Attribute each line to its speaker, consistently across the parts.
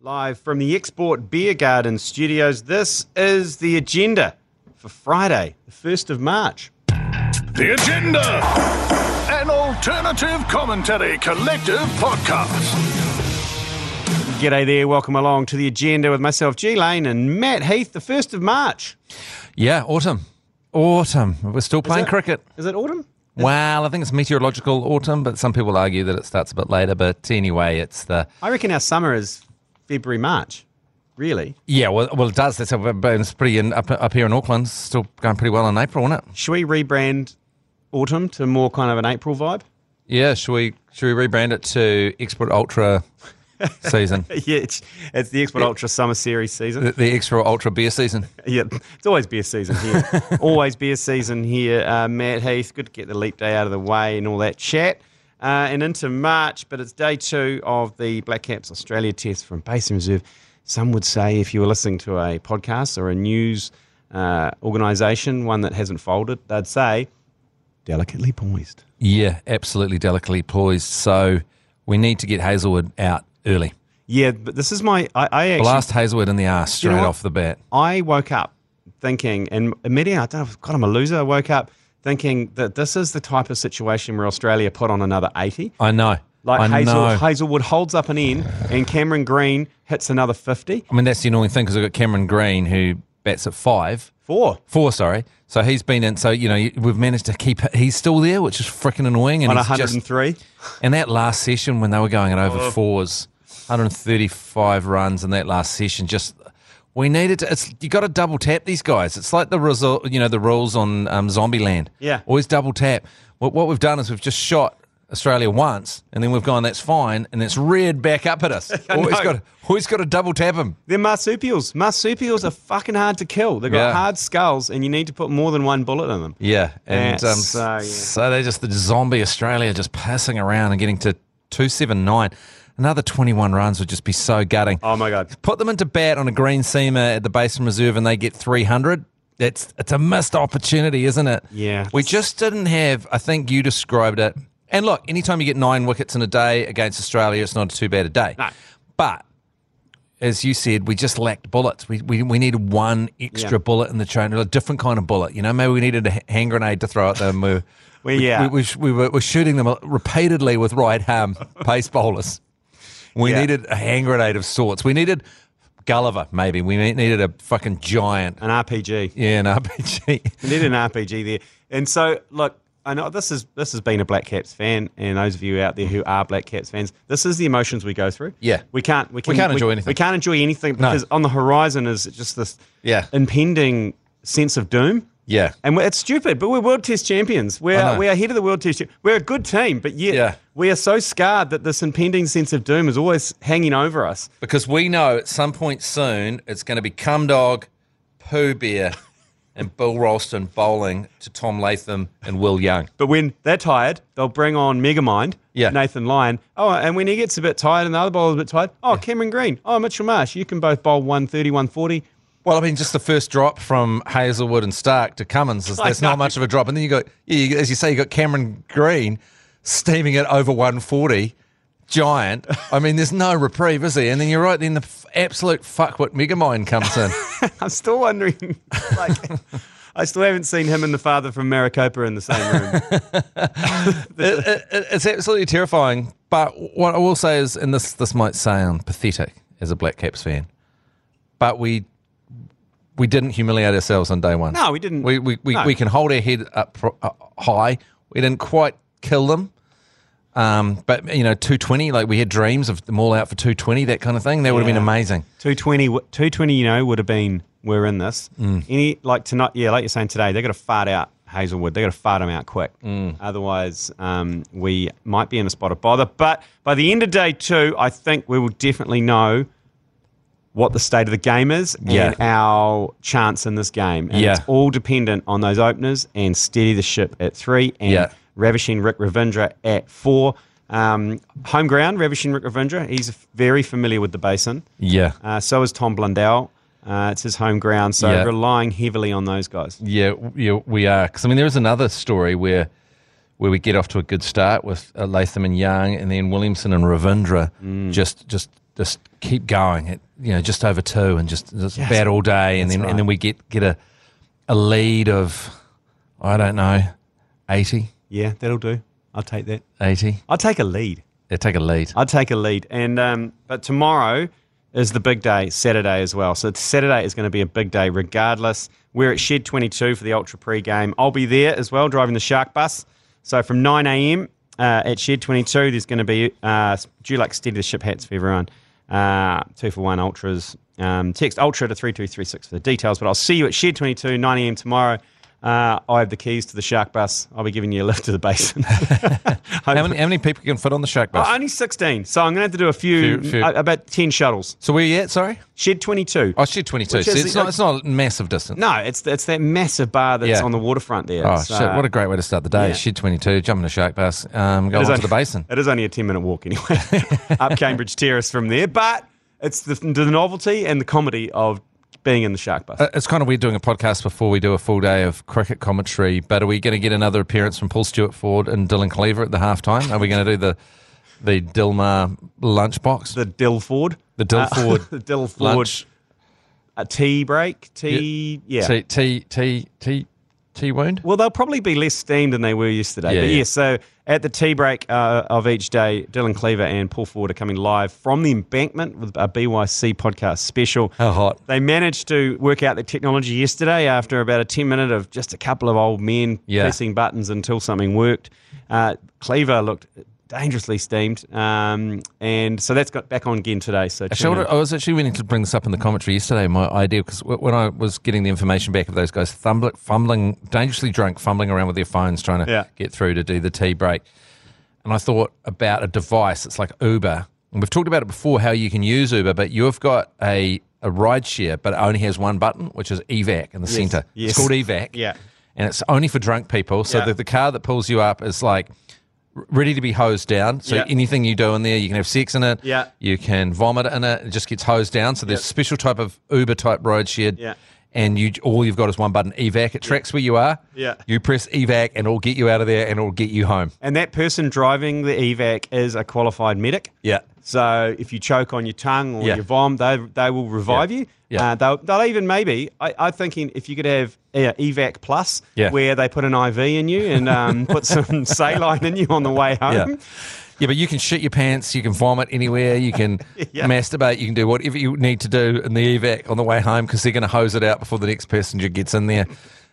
Speaker 1: Live from the Export Beer Garden studios, this is the agenda for Friday, the 1st of March.
Speaker 2: The Agenda, an alternative commentary collective podcast.
Speaker 1: G'day there, welcome along to the agenda with myself, G Lane, and Matt Heath, the 1st of March.
Speaker 3: Yeah, autumn. Autumn. We're still playing
Speaker 1: it-
Speaker 3: cricket.
Speaker 1: Is it autumn?
Speaker 3: Well, I think it's meteorological autumn, but some people argue that it starts a bit later. But anyway, it's the
Speaker 1: I reckon our summer is February, March, really.
Speaker 3: yeah. Well, well, it does. That's but it's pretty in, up up here in Auckland. it's Still going pretty well in April, isn't it?
Speaker 1: Should we rebrand autumn to more kind of an April vibe?
Speaker 3: Yeah. Should we should we rebrand it to Export Ultra season?
Speaker 1: yeah, it's, it's the Export Ultra Summer Series season.
Speaker 3: The, the Export Ultra beer season.
Speaker 1: Yeah, it's always beer season here. always beer season here, uh, Matt Heath. Good to get the leap day out of the way and all that chat. Uh, and into March, but it's day two of the Black Caps Australia test from Basin Reserve. Some would say if you were listening to a podcast or a news uh, organisation, one that hasn't folded, they'd say delicately poised.
Speaker 3: Yeah, absolutely delicately poised. So we need to get Hazelwood out early.
Speaker 1: Yeah, but this is my. I, I actually
Speaker 3: Blast Hazelwood in the ass
Speaker 1: You
Speaker 3: straight
Speaker 1: know what?
Speaker 3: off the bat.
Speaker 1: I woke up thinking, and immediately, I don't know, God, I'm a loser. I woke up thinking that this is the type of situation where Australia put on another 80.
Speaker 3: I know.
Speaker 1: Like
Speaker 3: I
Speaker 1: Hazel,
Speaker 3: know.
Speaker 1: Hazelwood holds up an end, and Cameron Green hits another 50.
Speaker 3: I mean, that's the annoying thing because I've got Cameron Green who bats at five,
Speaker 1: Four.
Speaker 3: four, sorry. So he's been in. So, you know, we've managed to keep, he's still there, which is freaking annoying. And
Speaker 1: On
Speaker 3: he's just,
Speaker 1: 103.
Speaker 3: and that last session when they were going at over
Speaker 1: Oh.
Speaker 3: fours, 135 runs in that last session, just, we needed to, it's, you got to double tap these guys. It's like the result, you know, the rules on um, Zombieland.
Speaker 1: Yeah.
Speaker 3: Always double tap. What, what we've done is we've just shot. Australia once, and then we've gone. That's fine, and it's reared back up at us. Always
Speaker 1: know.
Speaker 3: got, always got to double tap him.
Speaker 1: They're marsupials. Marsupials are fucking hard to kill. They've got
Speaker 3: Yeah.
Speaker 1: hard skulls, and you need to put more than one bullet in them.
Speaker 3: Yeah, and
Speaker 1: Yeah,
Speaker 3: um,
Speaker 1: so,
Speaker 3: so,
Speaker 1: yeah.
Speaker 3: they're just the zombie Australia just passing around and getting to two seven nine. Another twenty one runs would just be so gutting.
Speaker 1: Oh, my God.
Speaker 3: Put them into bat on a green seamer at the Basin Reserve and they get three hundred. It's it's a missed opportunity, isn't it?
Speaker 1: Yeah.
Speaker 3: we just didn't have. I think you described it. And look, anytime you get nine wickets in a day against Australia, it's not too bad a day.
Speaker 1: No.
Speaker 3: But as you said, we just lacked bullets. We we, we needed one extra
Speaker 1: Yeah.
Speaker 3: bullet in the train, a different kind of bullet. You know, maybe we needed a h- hand grenade to throw at them. We,
Speaker 1: Well, yeah.
Speaker 3: we, we, sh- we were, were shooting them repeatedly with right arm pace bowlers. We
Speaker 1: Yeah.
Speaker 3: needed a hand grenade of sorts. We needed Gulliver, maybe. We ne- needed a fucking giant.
Speaker 1: An RPG.
Speaker 3: Yeah, an RPG.
Speaker 1: We need an RPG there. And so, look, I know this is this has been a Black Caps fan, and those of you out there who are Black Caps fans, this is the emotions we go through.
Speaker 3: Yeah.
Speaker 1: we can't we, can,
Speaker 3: can't enjoy anything.
Speaker 1: We can't enjoy anything because on the horizon is just this
Speaker 3: Yeah.
Speaker 1: impending sense of doom.
Speaker 3: Yeah.
Speaker 1: And we're, it's stupid, but we're World Test champions.
Speaker 3: I
Speaker 1: We're
Speaker 3: know.
Speaker 1: we are ahead of the World Test. Cha- We're a good team, but yet
Speaker 3: Yeah.
Speaker 1: we are so scarred that this impending sense of doom is always hanging over us.
Speaker 3: Because we know at some point soon it's going to be Cum Dog, Pooh Bear, and Bill Ralston bowling to Tom Latham and Will Young.
Speaker 1: But when they're tired, they'll bring on Megamind,
Speaker 3: Yeah.
Speaker 1: Nathan Lyon. Oh, and when he gets a bit tired and the other bowler's a bit tired, oh, Cameron Green, oh, Mitchell Marsh, you can both bowl 130, 140.
Speaker 3: Well, I mean, just the first drop from Hazelwood and Stark to Cummins is
Speaker 1: I
Speaker 3: that's
Speaker 1: know.
Speaker 3: not much of a drop, and then you got, yeah, you, as you say, you got Cameron Green steaming it over 140, giant. I mean, there's no reprieve, is there? And then you're right. Then the f- absolute fuckwit Megamind comes in.
Speaker 1: I'm still wondering, like, I still haven't seen him and the father from Maricopa in the same room.
Speaker 3: it, it- it- it's absolutely terrifying. But what I will say is, and this this might sound pathetic as a Black Caps fan, but we we didn't humiliate ourselves on day one.
Speaker 1: No, we didn't.
Speaker 3: We we, we,
Speaker 1: No.
Speaker 3: we can hold our head up pro- uh, high. We didn't quite kill them. Um, but you know, two twenty, like we had dreams of them all out for two twenty, that kind of thing. That would have
Speaker 1: Yeah.
Speaker 3: been amazing.
Speaker 1: 220, w- 220, you know, would have been, we're in this.
Speaker 3: Mm.
Speaker 1: Any, like, tonight, yeah, like you're saying today, they're going to fart out Hazelwood. They're going to fart him out quick.
Speaker 3: Mm.
Speaker 1: Otherwise, um, we might be in a spot of bother. But by the end of day two, I think we will definitely know what the state of the game is
Speaker 3: Yeah.
Speaker 1: and our chance in this game. And
Speaker 3: Yeah.
Speaker 1: it's all dependent on those openers and steady the ship at three and
Speaker 3: Yeah.
Speaker 1: ravishing Rick Ravindra at four. Um, home ground, ravishing Rick Ravindra. He's very familiar with the basin.
Speaker 3: Yeah.
Speaker 1: Uh, so is Tom Blundell. Uh, it's his home ground, so
Speaker 3: Yeah.
Speaker 1: relying heavily on those guys.
Speaker 3: Yeah, w- yeah, we are. Because I mean, there is another story where where we
Speaker 1: Mm.
Speaker 3: get off to a good start with uh, Latham and Young, and then Williamson and Ravindra just just just keep going. It, you know, just over two and just, just
Speaker 1: Yes.
Speaker 3: bat all day, and
Speaker 1: That's
Speaker 3: then
Speaker 1: right.
Speaker 3: and then we get get a a lead of I don't know 80,
Speaker 1: Yeah, that'll do. I'll take that.
Speaker 3: 80.
Speaker 1: I'll take a lead.
Speaker 3: They take a lead.
Speaker 1: I'd take a lead. And um, but tomorrow is the big day, Saturday as well. So it's- Saturday is going to be a big day, regardless. We're at Shed 22 for the Ultra Pre game. I'll be there as well, driving the Shark bus. So from 9 a.m. Uh, at Shed 22, there's going to be uh, Dulux Steady the Ship hats for everyone. Uh, two for one ultras. Um, text ultra to 3236 for the details. But I'll see you at Shed 22, 9 a.m. tomorrow. Uh, I have the keys to the shark bus. I'll be giving you a lift to the basin.
Speaker 3: How many, how many people can fit on the shark bus?
Speaker 1: Oh, only 16. So I'm going to have to do a few,
Speaker 3: Few- few.
Speaker 1: uh, about 10 shuttles.
Speaker 3: so where are you at? Sorry,
Speaker 1: Shed 22.
Speaker 3: oh, shit, twenty two.
Speaker 1: Which
Speaker 3: So
Speaker 1: is
Speaker 3: it's
Speaker 1: the-
Speaker 3: not it's not a massive distance.
Speaker 1: No, it's it's that massive bar that's
Speaker 3: Yeah.
Speaker 1: on the waterfront there.
Speaker 3: Oh
Speaker 1: So-
Speaker 3: shit! What a great way to start the day.
Speaker 1: yeah.
Speaker 3: Shed twenty two, jumping a shark bus, um, go
Speaker 1: It is
Speaker 3: onto
Speaker 1: only-
Speaker 3: the basin.
Speaker 1: It is only a 10 minute walk anyway, up Cambridge Terrace from there. But it's the, the novelty and the comedy of being in the shark bus.
Speaker 3: Uh, It's kind of weird doing a podcast before we do a full day of cricket commentary. But are we going to get another appearance from Paul Stewart Ford and Dylan Cleaver at the halftime? Are we going to do the the Dilmar lunchbox?
Speaker 1: the Dillford.
Speaker 3: The Dilford
Speaker 1: the Dillford.
Speaker 3: lunch.
Speaker 1: A tea break. Tea. Yeah.
Speaker 3: T T T T T wound.
Speaker 1: Well, they'll probably be less steamed than they were yesterday.
Speaker 3: Yeah,
Speaker 1: but
Speaker 3: yeah.
Speaker 1: yes, so at the tea break uh, of each day, Dylan Cleaver and Paul Ford are coming live from the embankment with a BYC podcast special.
Speaker 3: How hot.
Speaker 1: They managed to work out the technology yesterday after about a 10 minute of just a couple of old men
Speaker 3: Yeah.
Speaker 1: pressing buttons until something worked. Uh, Cleaver looked dangerously steamed. Um, and so that's got back on again today. So tune
Speaker 3: Actually, I
Speaker 1: in.
Speaker 3: wanted- I was actually meaning to bring this up in the commentary yesterday. My idea, because when I was getting the information back of those guys fumbling, fumbling, dangerously drunk, fumbling around with their phones, trying to
Speaker 1: Yeah.
Speaker 3: get through to do the tea break, and I thought about a device. It's like Uber, and we've talked about it before how you can use Uber, but you've got a a rideshare, but it only has one button, which is evac in the centre.
Speaker 1: yes.
Speaker 3: It's called evac.
Speaker 1: Yeah.
Speaker 3: and it's only for drunk people. So
Speaker 1: Yeah.
Speaker 3: the, the car that pulls you up is like. r- Ready to be hosed down. So
Speaker 1: Yeah.
Speaker 3: anything you do in there, you can have sex in it.
Speaker 1: Yeah.
Speaker 3: You can vomit in it. It just gets hosed down. So there's
Speaker 1: Yep.
Speaker 3: a special type of Uber type ride shared.
Speaker 1: Yeah.
Speaker 3: And you all you've got is one button, evac. It tracks where you are.
Speaker 1: Yeah.
Speaker 3: You press evac and it'll get you out of there and it'll get you home.
Speaker 1: And that person driving the evac is a qualified medic.
Speaker 3: Yeah.
Speaker 1: So if you choke on your tongue or
Speaker 3: Yeah.
Speaker 1: your vom, they, they will revive
Speaker 3: Yeah.
Speaker 1: you.
Speaker 3: Yeah.
Speaker 1: Uh, they'll, they'll even maybe, I, I'm thinking if you could have uh, EVAC Plus,
Speaker 3: Yeah.
Speaker 1: where they put an IV in you and um, put some saline in you on the way
Speaker 3: Yeah.
Speaker 1: home.
Speaker 3: Yeah, but you can shit your pants, you can vomit anywhere, you can
Speaker 1: Yeah.
Speaker 3: masturbate, you can do whatever you need to do in the evac on the way home because they're going to hose it out before the next passenger gets in there.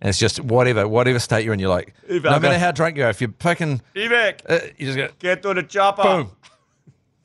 Speaker 3: And it's just whatever, whatever state you're in, you're like, no
Speaker 1: Evac.
Speaker 3: matter how drunk you are, if you're fucking,
Speaker 1: EVAC,
Speaker 3: uh, you just go,
Speaker 1: get to the chopper.
Speaker 3: boom.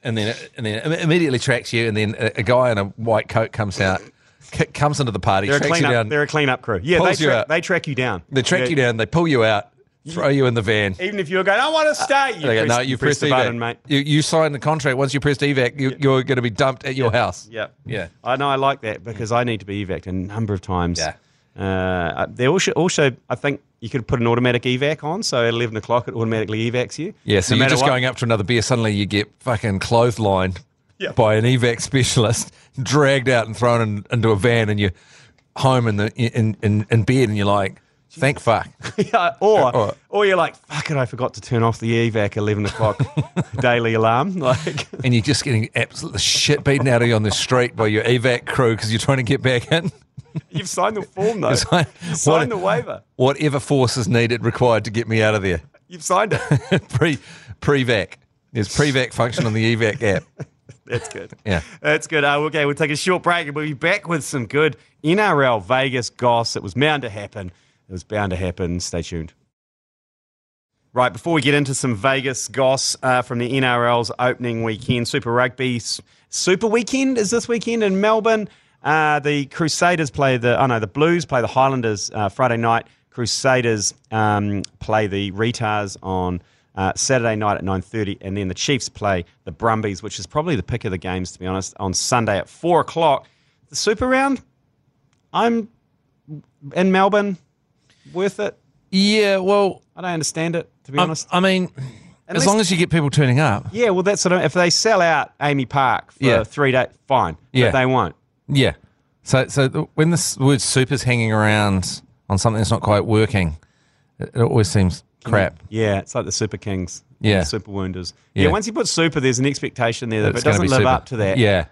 Speaker 3: And then, it, and then it immediately tracks you, and then a, a guy in a white coat comes out, c- comes into the party,
Speaker 1: They're a,
Speaker 3: tracks you
Speaker 1: cleanup,
Speaker 3: down.
Speaker 1: they're a cleanup crew. Yeah, they,
Speaker 3: Pulls you
Speaker 1: tra-
Speaker 3: out.
Speaker 1: they track you down.
Speaker 3: They track
Speaker 1: Yeah.
Speaker 3: you down, they pull you out, throw you in the van.
Speaker 1: Even if you're going, I want to stay. You
Speaker 3: They go,
Speaker 1: press,
Speaker 3: no,
Speaker 1: you
Speaker 3: you
Speaker 1: press
Speaker 3: pressed
Speaker 1: the
Speaker 3: evac.
Speaker 1: button, mate.
Speaker 3: You, you signed the contract. Once you pressed evac, you, you're going to be dumped at your house.
Speaker 1: Yeah.
Speaker 3: Yeah.
Speaker 1: I know I like that because I need to be evac'd a number of times.
Speaker 3: Yeah.
Speaker 1: Uh, they also, also, I think you could put an automatic evac on, so at 11 o'clock it automatically evacs you.
Speaker 3: Yeah, so
Speaker 1: No
Speaker 3: you're
Speaker 1: matter
Speaker 3: just
Speaker 1: what.
Speaker 3: going up to another beer. Suddenly you get fucking clotheslined
Speaker 1: Yeah.
Speaker 3: by an evac specialist, dragged out and thrown in, into a van, and you're home in the in, in, in bed, and you're like, thank fuck.
Speaker 1: Yeah, or,
Speaker 3: Or-
Speaker 1: or you're like, fuck it, I forgot to turn off the evac 11 o'clock daily alarm. Like,
Speaker 3: and you're just getting absolute shit beaten out of you on the street by your evac crew because you're trying to get back in.
Speaker 1: you've signed the form though.
Speaker 3: It's like,
Speaker 1: You've signed
Speaker 3: what-
Speaker 1: the waiver.
Speaker 3: Whatever force is needed required to get me out of there.
Speaker 1: You've signed it.
Speaker 3: pre pre vac. There's pre vac function on the evac app.
Speaker 1: That's good.
Speaker 3: Yeah.
Speaker 1: That's good. Uh, okay, we'll take a short break and we'll be back with some good NRL Vegas goss. It was bound to happen. It was bound to happen. Stay tuned. Right, before we get into some Vegas goss uh, from the NRL's opening weekend, Super Rugby S- Super Weekend is this weekend in Melbourne. Uh, the Crusaders play the, oh no, the Blues play the Highlanders uh, Friday night. Crusaders um, play the Retars on uh, Saturday night at 9.30. And then the Chiefs play the Brumbies, which is probably the pick of the games, to be honest, on Sunday at 4 o'clock. The Super Round, I'm in Melbourne. Worth it?
Speaker 3: Yeah, well,
Speaker 1: I don't understand it, to be
Speaker 3: I,
Speaker 1: honest.
Speaker 3: I mean, as
Speaker 1: least-
Speaker 3: long as you get people turning up.
Speaker 1: Yeah, well, that's sort of if they sell out Amy Park for
Speaker 3: Yeah.
Speaker 1: three days, fine.
Speaker 3: Yeah.
Speaker 1: But they won't.
Speaker 3: Yeah. So, so the, when this word super's hanging around on something that's not quite working, it, it always seems crap.
Speaker 1: Yeah, it's like the Super Kings.
Speaker 3: Yeah.
Speaker 1: The super Wounders. Yeah.
Speaker 3: Yeah.
Speaker 1: once you put Super, there's an expectation there that if
Speaker 3: It's
Speaker 1: it
Speaker 3: gonna
Speaker 1: doesn't
Speaker 3: be
Speaker 1: live
Speaker 3: super.
Speaker 1: up to that.
Speaker 3: Yeah,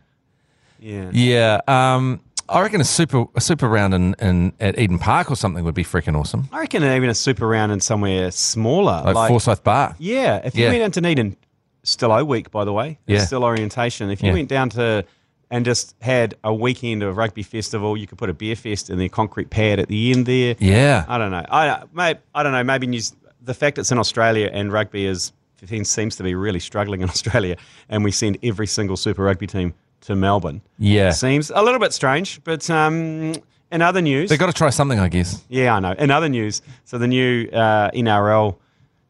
Speaker 1: Yeah.
Speaker 3: yeah. Um, I reckon a super a super round in, in at Eden Park or something would be freaking awesome.
Speaker 1: I reckon even a Super round in somewhere smaller.
Speaker 3: Like, Forsyth Bar.
Speaker 1: Yeah, if you
Speaker 3: Yeah.
Speaker 1: went down to Needham, still O week, by the way, it's
Speaker 3: Yeah.
Speaker 1: still orientation. If you
Speaker 3: Yeah.
Speaker 1: went down to and just had a weekend of rugby festival, you could put a beer fest in the concrete pad at the end there.
Speaker 3: Yeah.
Speaker 1: I don't know. I may, I don't know. Maybe New, Z- the fact it's in Australia and rugby is things seems to be really struggling in Australia, and we send every single Super Rugby team to Melbourne.
Speaker 3: Yeah.
Speaker 1: Seems a little bit strange, but um, in other news,
Speaker 3: They've got to try something, I guess.
Speaker 1: yeah, I know. In other news, so the new uh, NRL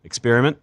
Speaker 1: experiment,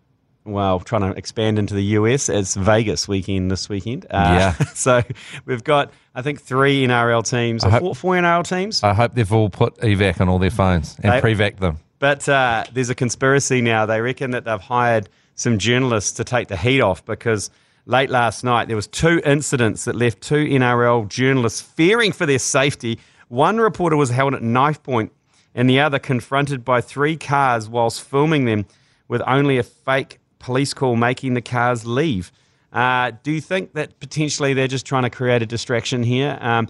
Speaker 1: well, trying to expand into the US, it's Vegas weekend this weekend. Uh,
Speaker 3: Yeah.
Speaker 1: So we've got, I think, three NRL teams, or
Speaker 3: hope-
Speaker 1: four, four NRL teams.
Speaker 3: I hope they've all put evac on all their phones and
Speaker 1: They-
Speaker 3: pre-vac them.
Speaker 1: But uh, there's a conspiracy now. They reckon that they've hired some journalists to take the heat off because late last night there was two incidents that left two NRL journalists fearing for their safety. One reporter was held at knife point, and the other confronted by three cars whilst filming them, with only a fake police call making the cars leave. Uh, do you think that potentially they're just trying to create a distraction here? Um,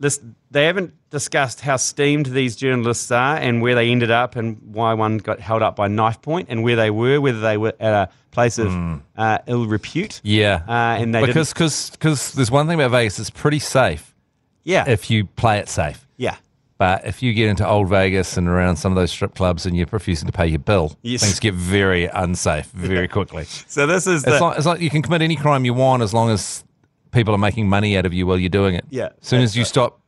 Speaker 1: this, they haven't discussed how steamed these journalists are and where they ended up and why one got held up by knife point and where they were, whether they were at a place of uh, ill repute.
Speaker 3: Hmm. Yeah.
Speaker 1: Uh, and they didn't-
Speaker 3: because cause, cause there's one thing about Vegas, it's pretty safe
Speaker 1: yeah,
Speaker 3: if you play it safe.
Speaker 1: yeah,
Speaker 3: But if you get into old Vegas and around some of those strip clubs and you're refusing to pay your bill,
Speaker 1: Yes.
Speaker 3: things get very unsafe very quickly.
Speaker 1: So this is the
Speaker 3: It's like, it's like you can commit any crime you want as long as people are making money out of you while you're doing it.
Speaker 1: Yeah,
Speaker 3: As soon as you stop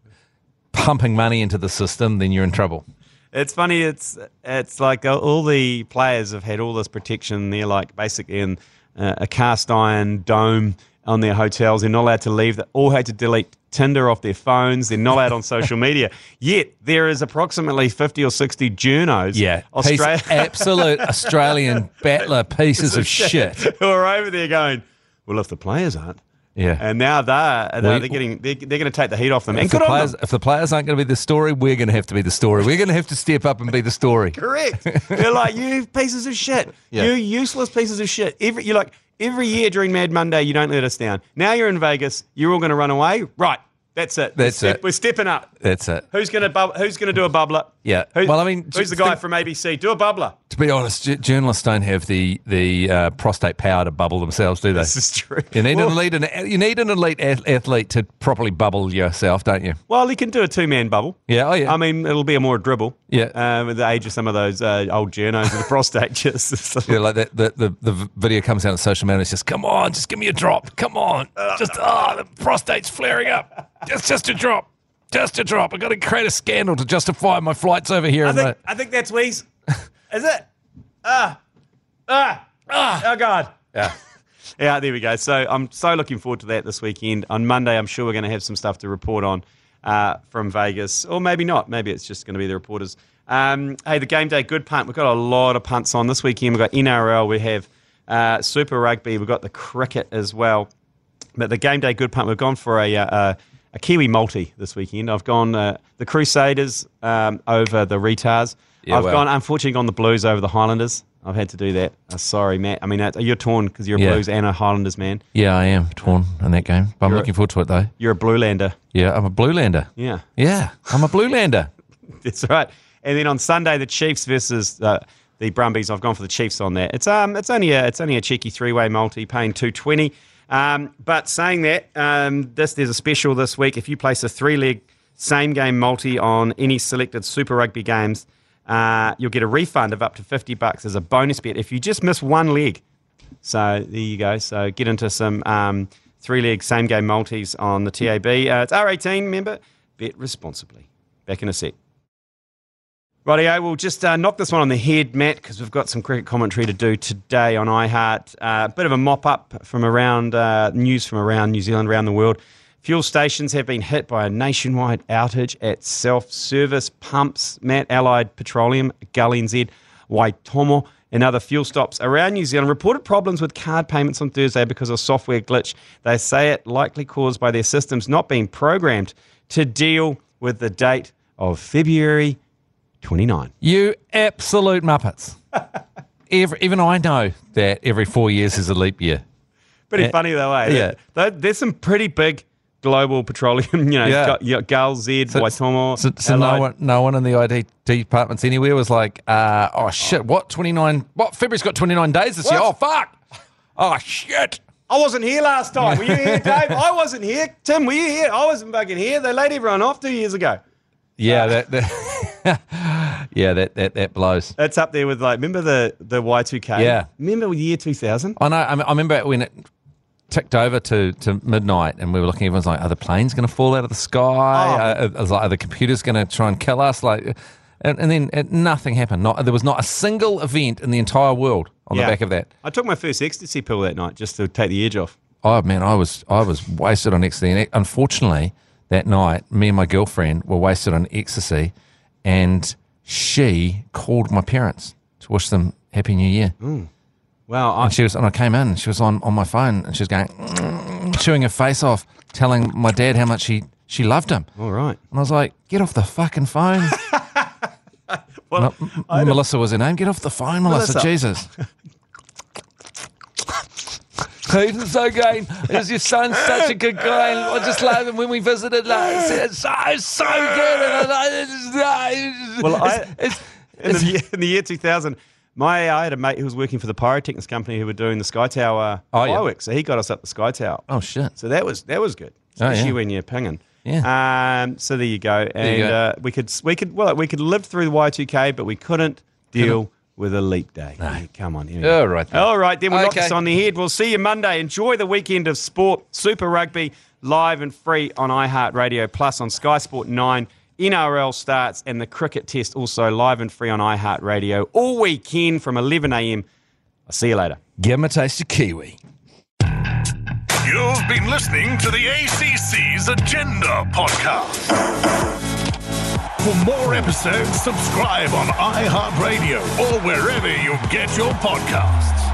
Speaker 3: pumping money into the system, then you're in trouble.
Speaker 1: It's funny. It's it's like uh, all the players have had all this protection. They're like basically in uh, a cast iron dome on their hotels. They're not allowed to leave. They all had to delete Tinder off their phones. They're not allowed on social media. Yet there is approximately fifty or sixty journos.
Speaker 3: Piece-
Speaker 1: Australia
Speaker 3: absolute Australian battler pieces of shit.
Speaker 1: who are over there going. Well, if the players aren't,
Speaker 3: Yeah.
Speaker 1: and now they're they're,
Speaker 3: Well,
Speaker 1: they're getting they're, they're going to take the heat off them. And
Speaker 3: if the,
Speaker 1: good on
Speaker 3: players,
Speaker 1: them.
Speaker 3: if the players aren't going to be the story, we're going to have to be the story. We're going to have to step up and be the story.
Speaker 1: Correct. They're like, you pieces of shit.
Speaker 3: Yeah.
Speaker 1: You useless pieces of shit. Every you're like, every year during Mad Monday, you don't let us down. Now you're in Vegas, you're all gonna run away. Right. That's it.
Speaker 3: That's
Speaker 1: we're, step-
Speaker 3: it.
Speaker 1: we're stepping up.
Speaker 3: That's it.
Speaker 1: Who's gonna bub- who's gonna do a bubbler?
Speaker 3: Yeah.
Speaker 1: Who-
Speaker 3: Well, I mean,
Speaker 1: Who's
Speaker 3: just
Speaker 1: the guy
Speaker 3: think-
Speaker 1: from ABC? Do a bubbler.
Speaker 3: To be honest, j- journalists don't have the the uh, prostate power to bubble themselves, do they?
Speaker 1: This is true.
Speaker 3: You need
Speaker 1: well,
Speaker 3: an elite, an, you need an elite ath- athlete to properly bubble yourself, don't you?
Speaker 1: well, he can do a two man bubble.
Speaker 3: Yeah, oh yeah.
Speaker 1: I mean, it'll be a more dribble.
Speaker 3: Yeah.
Speaker 1: Uh, with the age of some of those uh, old journos with the prostate just it's a
Speaker 3: yeah, like that. The, the the v- video comes out on social media. and It's just come on, just give me a drop. Come on, just ah, the prostate's flaring up. Just just a drop, just a drop. I got to create a scandal to justify my flights over here.
Speaker 1: I
Speaker 3: and
Speaker 1: think
Speaker 3: the-
Speaker 1: I think that's Wheeze. Is it? Ah, ah, ah! Oh God! Yeah, yeah. There we go. So I'm so looking forward to that this weekend. On Monday, I'm sure we're going to have some stuff to report on uh, from Vegas, or maybe not. Maybe it's just going to be the reporters. Um, hey, the game day good punt. We've got a lot of punts on this weekend. We've got NRL. We have uh, Super Rugby. We've got the cricket as well. But the game day good punt, we've gone for a, uh, uh, a Kiwi multi this weekend. I've gone uh, the Crusaders um, over the Retards.
Speaker 3: Yeah,
Speaker 1: I've
Speaker 3: wow.
Speaker 1: gone, unfortunately, gone the Blues over the Highlanders. I've had to do that. Uh, sorry, Matt. I mean, uh, you're torn because you're a
Speaker 3: Yeah.
Speaker 1: Blues and a Highlanders man.
Speaker 3: yeah, I am torn in that game, but I'm looking forward to it though.
Speaker 1: You're a Blue Lander.
Speaker 3: Yeah, I'm a blue lander.
Speaker 1: Yeah,
Speaker 3: Yeah, I'm a blue lander.
Speaker 1: that's right. And then on Sunday, the Chiefs versus uh, the Brumbies. I've gone for the Chiefs on that. It's um, it's only a it's only a cheeky three way multi, paying two twenty. Um, but saying that, um, this there's a special this week. If you place a three leg same game multi on any selected Super Rugby games, uh, you'll get a refund of up to fifty bucks as a bonus bet if you just miss one leg. So there you go. So get into some um, three leg same game multis on the TAB. Uh, it's R18, remember? Bet responsibly. Back in a sec. Rightio, we'll just uh, knock this one on the head, Matt, because we've got some cricket commentary to do today on iHeart. A uh, bit of a mop up from around uh, news from around New Zealand, around the world. Fuel stations have been hit by a nationwide outage at self service pumps. Matt Allied Petroleum, Gully NZ, Waitomo, and other fuel stops around New Zealand reported problems with card payments on Thursday because of a software glitch. They say it likely caused by their systems not being programmed to deal with the date of February 29.
Speaker 3: You absolute muppets. every, even I know that every four years is a leap year.
Speaker 1: Pretty
Speaker 3: Yeah.
Speaker 1: funny though, eh?
Speaker 3: Yeah.
Speaker 1: There- there's some pretty big global petroleum, you know,
Speaker 3: Yeah.
Speaker 1: yeah. you got Gull, Z, Waitomo.
Speaker 3: So, so
Speaker 1: Allied.
Speaker 3: no one, no one in the IT departments anywhere was like, uh, "Oh shit, what twenty nine? What February's got twenty nine days this year? Oh
Speaker 1: What?
Speaker 3: fuck! Oh shit!
Speaker 1: I wasn't here last time. Were you here, Dave? I wasn't here. Tim, were you here? I wasn't fucking here. They laid everyone off two years ago.
Speaker 3: Yeah, that, that yeah, that, that that blows.
Speaker 1: That's up there with like, remember the, the Y2K?
Speaker 3: Yeah.
Speaker 1: Remember the year 2000?
Speaker 3: I know. I, I remember when it ticked over to, to midnight, and we were looking. Everyone's like, "Are the planes going to fall out of the sky? Uh, I was like, "Are the computers going to try and kill us?" Like, and, and then it, nothing happened. Not there was not a single event in the entire world on
Speaker 1: Yeah.
Speaker 3: the back of that.
Speaker 1: I took my first ecstasy pill that night just to take the edge off.
Speaker 3: Oh man, I was I was wasted on ecstasy. And unfortunately, that night, me and my girlfriend were wasted on ecstasy, and she called my parents to wish them happy new year.
Speaker 1: Wow. I,
Speaker 3: And she was, and I came in, and she was on, on my phone, and she was going chewing her face off, telling my dad how much she she loved him.
Speaker 1: all right.
Speaker 3: And I was like, "Get off the fucking phone."
Speaker 1: Well,
Speaker 3: M- Melissa was her name. Get off the phone, Melissa.
Speaker 1: Melissa.
Speaker 3: Jesus. He's so good. Is your son such a good guy? And I just love him when we visited last. It's so, so good. And I,
Speaker 1: Well, I-
Speaker 3: it's,
Speaker 1: in, the, year- in the year 2000, my I had a mate who was working for the pyrotechnics company who were doing the Sky Tower
Speaker 3: Oh, yeah.
Speaker 1: fireworks. So he got us up the Sky Tower.
Speaker 3: oh shit.
Speaker 1: So that was that was good,
Speaker 3: Oh, yeah.
Speaker 1: especially when you're pinging.
Speaker 3: Yeah.
Speaker 1: Um, so there you go, and
Speaker 3: you go.
Speaker 1: Uh, we could we could well we could live through the Y2K, but we couldn't deal with a leap day. Yeah, Come on, here we go.
Speaker 3: All right then.
Speaker 1: All right, then we knocked
Speaker 3: Okay.
Speaker 1: this on the head. We'll see you Monday. Enjoy the weekend of sport, Super Rugby, live and free on iHeartRadio Plus on Sky Sport 9. NRL starts and the cricket test also live and free on iHeartRadio all weekend from 11 a.m. I'll see you later.
Speaker 3: Give him a taste of kiwi.
Speaker 2: You've been listening to the ACC's Agenda podcast. For more episodes, subscribe on iHeartRadio or wherever you get your podcasts.